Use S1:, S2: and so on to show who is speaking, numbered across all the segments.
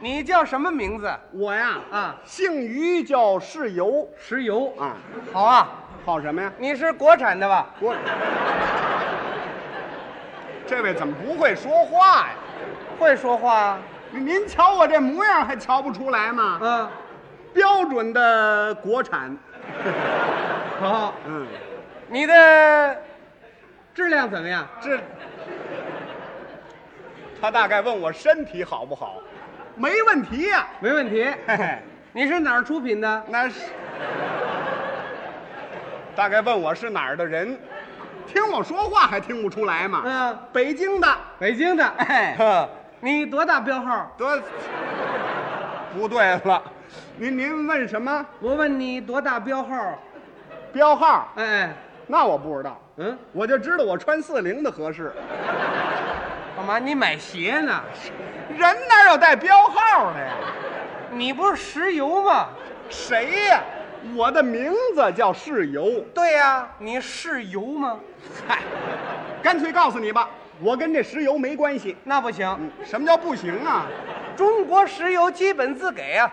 S1: 你叫什么名字？
S2: 我呀，
S1: 啊
S2: 姓于叫世由
S1: 石油。
S2: 啊，
S1: 好啊，
S2: 好什么呀？
S1: 你是国产的吧？
S2: 我这位怎么不会说话呀？
S1: 会说话啊？
S2: 您瞧我这模样还瞧不出来吗？
S1: 嗯，
S2: 标准的国产，
S1: 好。
S2: 嗯，
S1: 你的质量怎么样？
S2: 这他大概问我身体好不好，没问题呀、
S1: 没问题。
S2: 嘿嘿，
S1: 你是哪儿出品的？
S2: 那是大概问我是哪儿的人，听我说话还听不出来吗？
S1: 嗯，
S2: 北京的，
S1: 北京的。哎，
S2: 呵，
S1: 你多大标号？
S2: 得不对了，您您问什么
S1: 我问你多大标号？
S2: 标号？
S1: 哎，
S2: 那我不知道，
S1: 嗯，
S2: 我就知道我穿四零的合适。
S1: 干嘛？你买鞋呢？
S2: 人哪有带标号的呀？
S1: 你不是石油吗？
S2: 谁呀、我的名字叫世由。
S1: 对呀、你是油吗？
S2: 嗨，干脆告诉你吧，我跟这石油没关系。
S1: 那不行，
S2: 嗯，什么叫不行啊？
S1: 中国石油基本自给啊，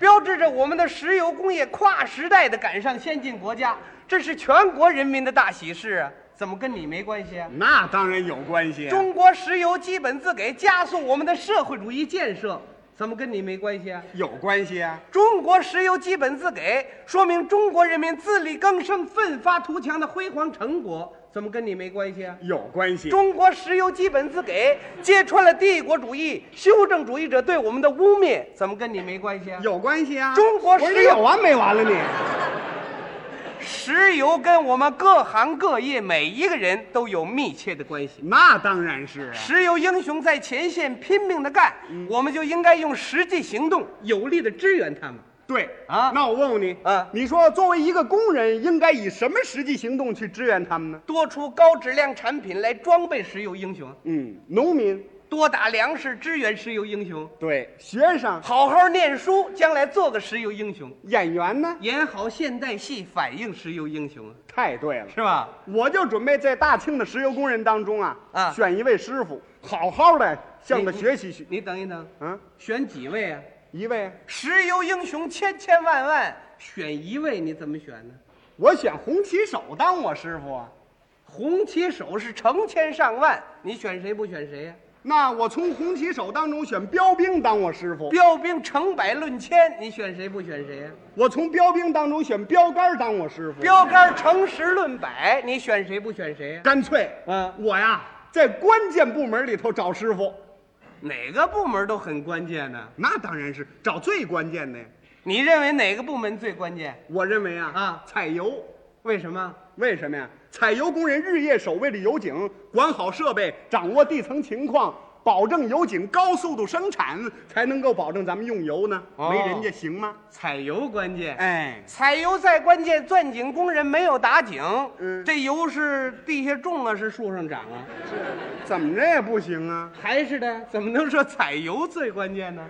S1: 标志着我们的石油工业跨时代的赶上先进国家，这是全国人民的大喜事啊！怎么跟你没关系啊？
S2: 那当然有关系。啊
S1: 中国石油基本自给，加速我们的社会主义建设，怎么跟你没关系啊？
S2: 有关系啊？
S1: 中国石油基本自给，说明中国人民自力更生、奋发图强的辉煌成果，怎么跟你没关系啊？
S2: 有关系。
S1: 中国石油基本自给揭穿了帝国主义、修正主义者对我们的污蔑，怎么跟你没关系啊？
S2: 有关系啊？
S1: 中国
S2: 不是
S1: 石
S2: 你有
S1: 油，
S2: 完没完了你？
S1: 石油跟我们各行各业每一个人都有密切的关系。
S2: 那当然是啊。
S1: 石油英雄在前线拼命的干，我们就应该用实际行动嗯有力的支援他们。
S2: 对
S1: 啊
S2: 那我问问你，
S1: 啊
S2: 你说作为一个工人，应该以什么实际行动去支援他们呢？
S1: 多出高质量产品来装备石油英雄，
S2: 嗯，农民，
S1: 多打粮食支援石油英雄，
S2: 对，学生，
S1: 好好念书，将来做个石油英雄，
S2: 演员呢？
S1: 演好现代戏，反映石油英雄，
S2: 太对了。
S1: 是吧？
S2: 我就准备在大庆的石油工人当中啊，
S1: 啊
S2: 选一位师傅，好好的向他
S1: 你
S2: 学习学。
S1: 你等一等，
S2: 嗯，
S1: 选几位啊？
S2: 一位，
S1: 石油英雄千千万万，选一位你怎么选呢？
S2: 我选红旗手当我师傅啊。
S1: 红旗手是成千上万，你选谁不选谁呀、
S2: 那我从红旗手当中选标兵当我师傅，
S1: 标兵成百论千，你选谁不选谁呀、
S2: 我从标兵当中选标杆当我师傅。
S1: 标杆成十论百，你选谁不选谁呀、
S2: 干脆，
S1: 嗯
S2: 我呀在关键部门里头找师傅，
S1: 哪个部门都很关键呢？
S2: 那当然是找最关键的呀。
S1: 你认为哪个部门最关键？
S2: 我认为啊
S1: 啊
S2: 采油，
S1: 为什么？
S2: 为什么呀？采油工人日夜守卫着油井，管好设备，掌握地层情况，保证油井高速度生产，才能够保证咱们用油呢。
S1: 哦
S2: 没人家行吗？
S1: 采油关键。
S2: 哎，
S1: 采油再关键，钻井工人没有打井，
S2: 嗯
S1: 这油是地下种啊，是树上长啊，
S2: 哎怎么着也不行啊。
S1: 还是的，怎么能说采油最关键呢？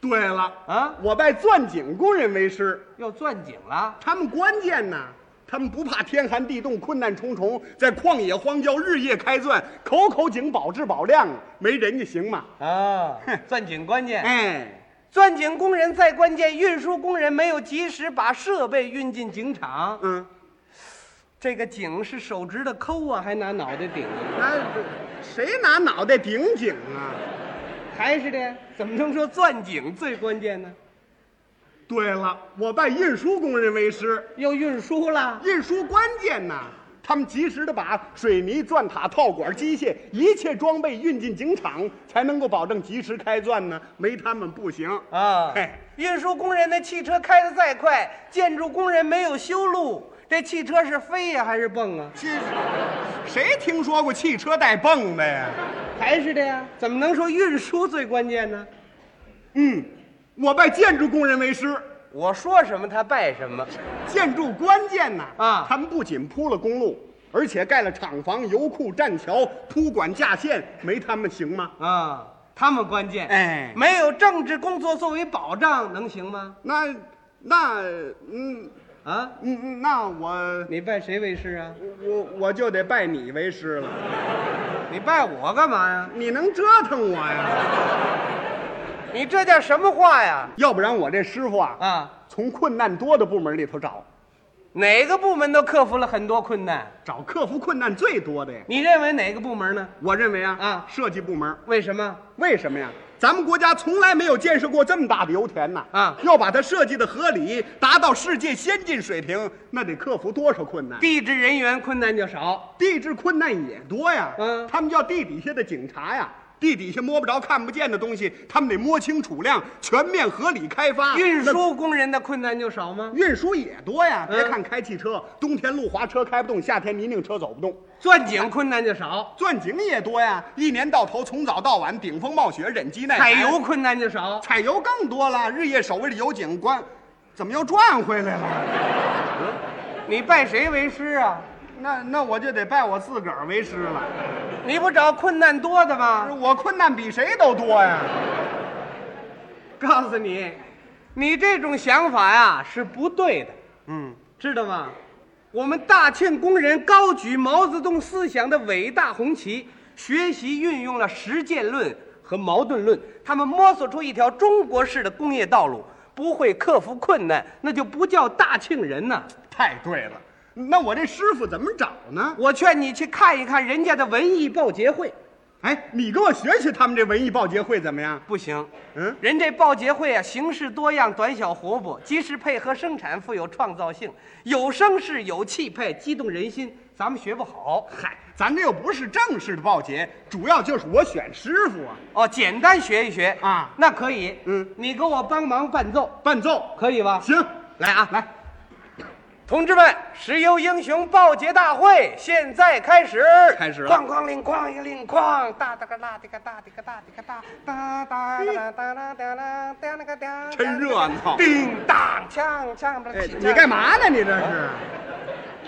S2: 对了，
S1: 啊，
S2: 我拜钻井工人为师，
S1: 要钻井了，
S2: 他们关键呐。他们不怕天寒地冻，困难重重，在旷野荒郊日夜开钻，口口井保质保量，没人家行吗？
S1: 啊，钻井关键。
S2: 哎，
S1: 钻井工人再关键，运输工人没有及时把设备运进井场，
S2: 嗯，
S1: 这个井是手指的抠啊，还拿脑袋顶啊？
S2: 那谁拿脑袋顶井啊？
S1: 还是的，怎么能说钻井最关键呢？
S2: 对了，我拜运输工人为师，
S1: 要运输了，
S2: 运输关键呐，他们及时的把水泥、钻塔、套管、机械一切装备运进井场，才能够保证及时开钻呢。没他们不行哎
S1: 啊
S2: 嘿，
S1: 运输工人的汽车开得再快，建筑工人没有修路，这汽车是飞呀、还是蹦啊？
S2: 这 谁听说过汽车带泵的呀？
S1: 还是的呀，怎么能说运输最关键呢？
S2: 嗯，我拜建筑工人为师。
S1: 我说什么他拜什么，
S2: 建筑关键呐
S1: 啊
S2: 他们不仅铺了公路，而且盖了厂房、油库、栈桥、铺管架线，没他们行吗？
S1: 啊，他们关键，
S2: 哎
S1: 没有政治工作作为保障，能行吗？
S2: 那那嗯
S1: 啊，
S2: 嗯，那我
S1: 你拜谁为师啊？
S2: 我我就得拜你为师了，
S1: 你拜我干嘛呀？
S2: 你能折腾我呀？
S1: 你这叫什么话呀？
S2: 要不然我这师傅啊，
S1: 啊，
S2: 从困难多的部门里头找，
S1: 哪个部门都克服了很多困难，
S2: 找克服困难最多的呀。
S1: 你认为哪个部门呢？
S2: 我认为啊，
S1: 啊
S2: 设计部门
S1: 为什么？
S2: 为什么呀？咱们国家从来没有建设过这么大的油田呐！
S1: 啊
S2: 要把它设计的合理，达到世界先进水平，那得克服多少困难？
S1: 地质人员困难就少，
S2: 地质困难也多呀。
S1: 嗯
S2: 他们叫地底下的警察呀，地底下摸不着、看不见的东西，他们得摸清楚量，全面合理开发。
S1: 运
S2: 那
S1: 输工人的困难就少吗？
S2: 运输也多呀。
S1: 嗯
S2: 别看开汽车，冬天路滑车开不动，夏天泥泞车走不动。
S1: 钻井困难就少，
S2: 钻井也多呀，一年到头从早到晚顶风冒雪，忍饥耐
S1: 采
S2: 寒。
S1: 油困难就少，
S2: 采油更多了，日夜守卫着油井关，怎么又转回来了？
S1: 你拜谁为师啊？
S2: 那那我就得拜我自个儿为师了。
S1: 你不找困难多的吗？
S2: 我困难比谁都多呀！
S1: 告诉你，你这种想法呀、是不对的，
S2: 嗯，
S1: 知道吗？我们大庆工人高举毛泽东思想的伟大红旗，学习运用了实践论和矛盾论，他们摸索出一条中国式的工业道路。不会克服困难，那就不叫大庆人呐、
S2: 太对了。那我这师傅怎么找呢？
S1: 我劝你去看一看人家的文艺报捷会，
S2: 哎，你跟我学学他们这文艺报捷会怎么样？
S1: 不行，
S2: 嗯，
S1: 人这报捷会啊，形式多样，短小活泼，及时配合生产，富有创造性，有声势，有气派，激动人心。咱们学不好
S2: 嗨，咱这又不是正式的报捷，主要就是我选师傅啊。
S1: 哦，简单学一学
S2: 啊
S1: 那可以。
S2: 嗯，
S1: 你给我帮忙伴奏，
S2: 伴奏，
S1: 可以吧？
S2: 行，
S1: 来啊，
S2: 来，
S1: 同志们，石油英雄报捷大会现在开始，
S2: 开始了
S1: 哐哐铃哐一个铃哐，哒哒个哒滴个哒滴个哒滴个哒，哒哒个哒哒啦哒啦哒啦个哒，
S2: 真热闹
S1: 叮当锵锵不
S2: 哎，
S1: 是，
S2: 你干？嘛呢？你这是？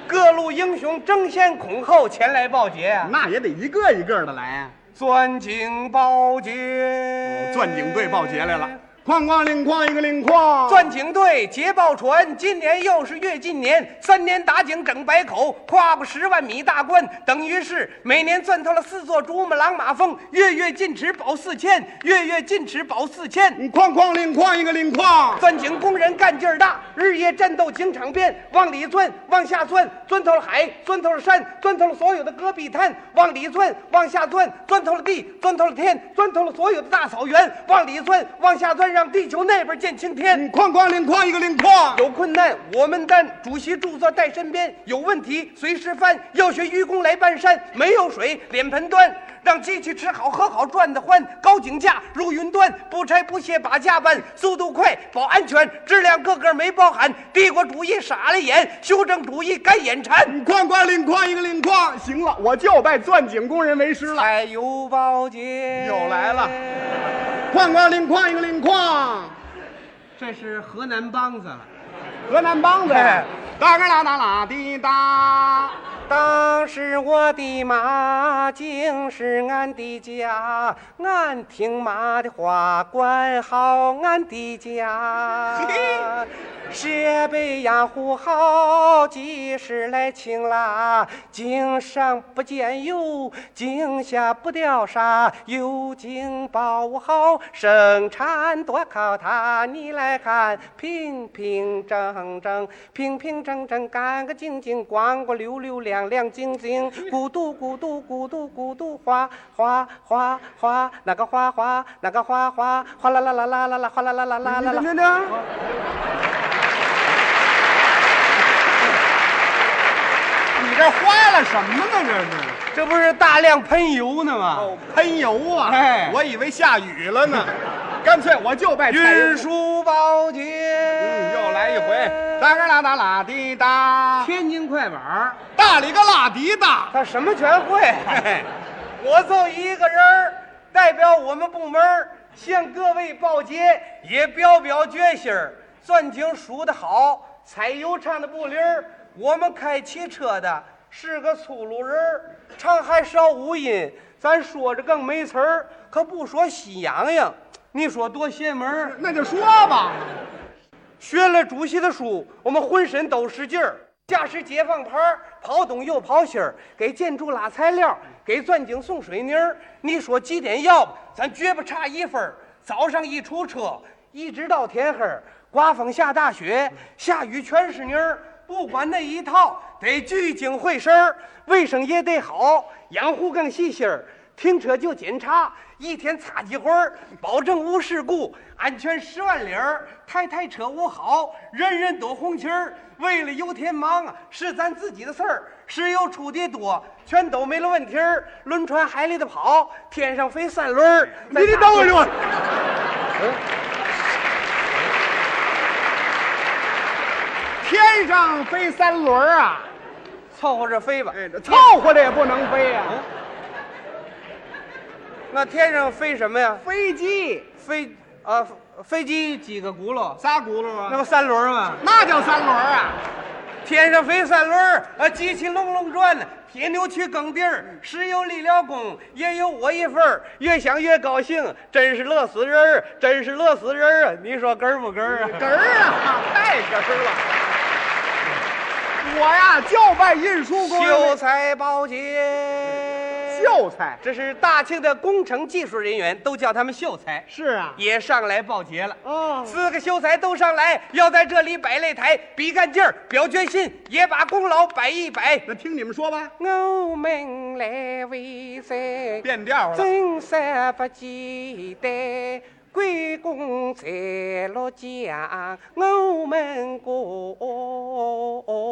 S1: 各路英雄争先恐后前来报捷啊！
S2: 那也得一个一个的来啊。
S1: 钻井报捷，
S2: 钻井队报捷来了，哐哐铃哐一个铃哐，
S1: 钻井队捷报传，今年又是跃进年，三年打井整百口，跨过十万米大关，等于是每年钻透了四座珠穆朗玛峰，月月进尺保四千，月月进尺保四千。
S2: 你嗯哐哐铃哐一个铃哐，
S1: 钻井工人干劲儿大，日夜战斗井场边，往里钻，往下钻，钻透了海，钻透了山，钻透了所有的戈壁滩，往里钻，往下钻，钻透了地，钻透了天，钻透了所有的大草原，往里钻，往下钻，让地球那边见青天。
S2: 你嗯哐哐铃哐一个铃哐，
S1: 有困难我们担，主席著作在身边，有问题随时翻，要学愚公来搬山，没有水脸盆端，让机器吃好喝好赚得欢，高井架入云端，不拆不卸把架搬，速度快保安全，质量个个没包含，帝国主义傻了眼，修正主义该眼馋。
S2: 你哐哐铃哐一个铃哐。行了，我就拜钻井工人为师了。
S1: 来油包节
S2: 又来了，哐哐铃哐一个铃哐，
S1: 这是河南梆子了。
S2: 河南梆子
S1: 哎。
S2: 哒嘎啦哒啦滴哒，
S1: 当时我的马竟是俺的家，俺听妈的话，管好俺的家
S2: 嘿。
S1: 设备养护好，及时来清啦。井上不见油，井下不掉沙，有井保护好，生产多靠它。你来看，平平整整，平平整整，干干净净，光光溜溜，亮亮晶晶，咕嘟咕嘟咕嘟咕嘟，哗哗哗哗，那个哗哗，那个哗哗，哗啦啦啦啦啦啦，哗啦啦啦啦啦啦。
S2: 那那你这花了什么呢？这是。
S1: 这不是大量喷油呢吗？
S2: 哦，喷油啊！
S1: 哎
S2: 我以为下雨了 呢，干脆我就拜踩油
S1: 运输报捷，
S2: 嗯，又来一回，哒嘎啦哒啦滴哒，
S1: 天津快板，
S2: 大里个啦滴哒。
S1: 他什么全会、
S2: 嘿嘿
S1: 我就一个人儿代表我们部门儿向各位报捷，也表表决心儿。钻井数得好，采油唱的不灵儿。我们开汽车的是个粗鲁人儿，唱还少五音，咱说着更没词儿，可不说喜洋洋。你说多邪门儿！
S2: 那就说吧，
S1: 学了主席的书，我们浑身都是劲儿。驾驶解放牌儿，跑东又跑西儿，给建筑拉材料，给钻井送水泥儿。你说几点要，咱绝不差一分儿。早上一出车，一直到天黑儿，刮风下大雪，下雨全是泥儿，不管那一套，得聚精会神儿，卫生也得好，养护更细心儿。停车就检查，一天擦几回儿，保证无事故，安全十万里儿，台台车无好，人人都红旗儿。为了有天忙啊，是咱自己的事儿，石油出的多，全都没了问题儿。轮船海里的跑，天上飞三轮儿。
S2: 哎你你等会儿，你
S1: 儿，
S2: 会儿天上飞三轮儿啊，
S1: 凑合着飞吧。
S2: 哎，这凑合着也不能飞呀、啊。
S1: 那天上飞什么呀？
S2: 飞机
S1: 飞啊，飞机几个轱辘？
S2: 仨轱辘
S1: 那
S2: 啊，
S1: 不三轮儿吗？
S2: 那叫三轮儿啊。
S1: 天上飞三轮儿，啊，机器隆隆转呢，铁牛去耕地儿，石油立了功，也有我一份儿。越想越高兴，真是乐死人儿，真是乐死人儿啊！你说哏儿不哏儿啊？
S2: 哏儿啊，太哏儿了。我呀就拜运输工
S1: 秀才报捷，
S2: 秀才
S1: 这是大庆的工程技术人员，都叫他们秀才，
S2: 是啊，
S1: 也上来报捷了。
S2: 哦，
S1: 四个秀才都上来，要在这里摆擂台，比干劲儿，表决心，也把功劳摆一摆。
S2: 那听你们说吧，
S1: 我们来为谁？
S2: 变调了。
S1: 真三不记得，归公在洛江，我们过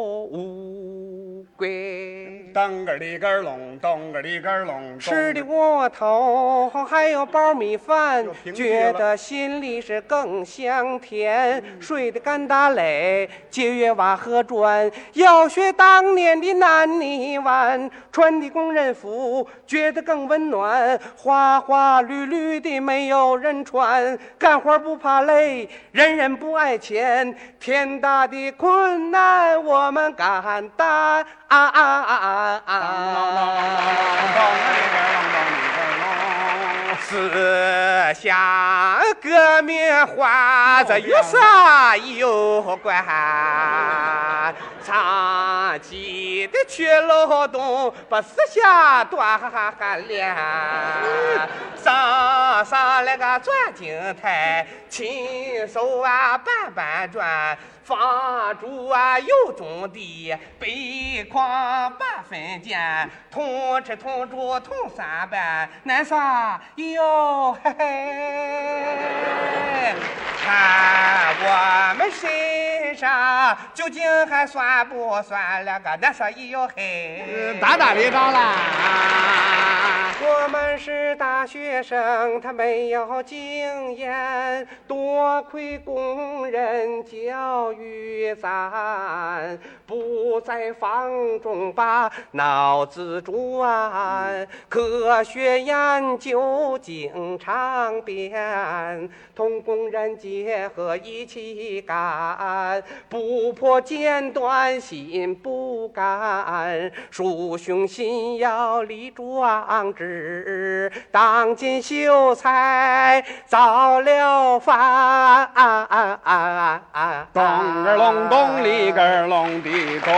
S1: 无归。
S2: 当个里根儿拢，咚个里根儿拢，咚
S1: 吃的窝头还有苞米饭
S2: 又，平替了
S1: 觉得心里是更香甜。
S2: 嗯
S1: 睡得干打垒，节约瓦和砖，要学当年的南泥湾，穿的工人服，觉得更温暖。花花绿绿的没有人穿，干活不怕累，人人不爱钱。天大的困难我们敢担。啊啊啊啊啊
S2: 咚咚咚咚咚咚个里根儿拢，咚里根儿拢。
S1: 四下革命花子有啥有关？长期的缺劳动，把四下断粮。上上那个转经台，亲手啊板板转，房主啊有种地，北筐八分钱，同吃同住同三班，南沙哟嘿嘿，看啊我们身上究竟还算不算那个南沙哟嘿？
S2: 打打别高啦！
S1: 我们是大学生，他没有经验，多亏工人教育咱，不在房中把脑子转，科学研究经常变，同工人结合一起干，不破尖端心不甘，鼠雄心要立壮志，当今秀才早了饭。
S2: 咚个隆咚里个隆的咚，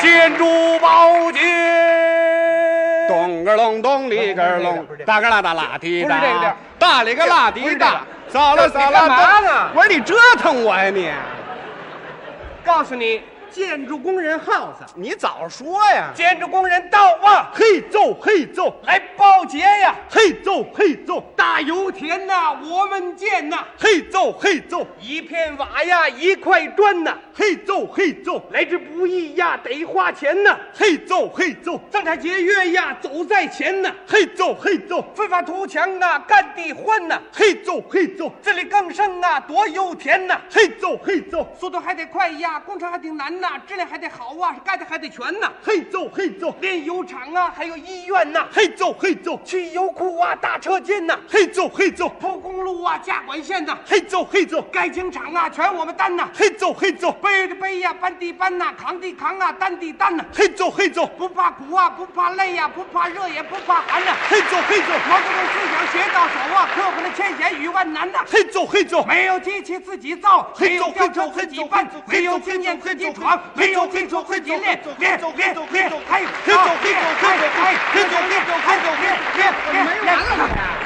S1: 建筑保洁，
S2: 咚个隆咚里个隆，大个啦大啦滴
S1: 不是这个地
S2: 哒
S1: 儿，
S2: 大里个啦滴哒，扫了扫
S1: 你干
S2: 了
S1: 嘛呢
S2: 我说你折腾我呀你！
S1: 告诉你，建筑工人耗子，
S2: 你早说呀！
S1: 建筑工人到啊，
S2: 嘿奏嘿奏
S1: 来报捷呀！
S2: 嘿奏嘿奏
S1: 大油田呐、我们建呐、
S2: 嘿奏嘿奏
S1: 一片瓦呀，一块砖呐、
S2: 嘿奏嘿奏
S1: 来之不易呀，得花钱呐、
S2: 嘿奏嘿奏
S1: 生产节约呀，走在前呐、
S2: 嘿奏嘿奏
S1: 奋发图强啊，干地欢呐、
S2: 嘿奏嘿奏
S1: 自力更生啊，多有田呐、
S2: 嘿奏嘿奏
S1: 速度还得快呀，工程还挺难呐、质量还得好啊，盖的还得全呐、
S2: 嘿奏嘿奏
S1: 炼油厂啊，还有医院呐、
S2: 嘿奏嘿奏
S1: 去油库啊，大车间呐、
S2: 嘿奏嘿奏
S1: 铺公路啊，架管线呐、
S2: 嘿奏嘿奏
S1: 盖井厂啊，全我们担呐、
S2: 嘿奏嘿奏
S1: 背着背呀、搬地搬呐、扛地扛啊，担地担呐、
S2: 嘿奏嘿奏
S1: 不怕苦啊，不怕累呀、不怕热也不怕寒呐、
S2: 嘿奏嘿奏
S1: 毛泽东思想学到手啊，克服了千险与万难呐、
S2: 嘿奏嘿奏
S1: 没有机器自己造，
S2: 嘿
S1: 没有
S2: 走
S1: 吊
S2: 嘿
S1: 车
S2: 走
S1: 自
S2: 嘿
S1: 己
S2: 走
S1: 搬
S2: 嘿走，
S1: 没有
S2: 嘿走
S1: 经验
S2: 嘿
S1: 自己
S2: 走
S1: 闯，
S2: 嘿
S1: 没有
S2: 走
S1: 基
S2: 嘿
S1: 础
S2: 走
S1: 自
S2: 嘿
S1: 己
S2: 走
S1: 练
S2: 嘿走，
S1: 练
S2: 嘿走
S1: 练
S2: 嘿走
S1: 练，
S2: 嘿走
S1: 还有
S2: 嘿走嘿走
S1: 练
S2: 嘿走嘿走
S1: 练
S2: 嘿走嘿走
S1: 练
S2: 嘿
S1: 练
S2: 走
S1: 练练练练
S2: 没完了你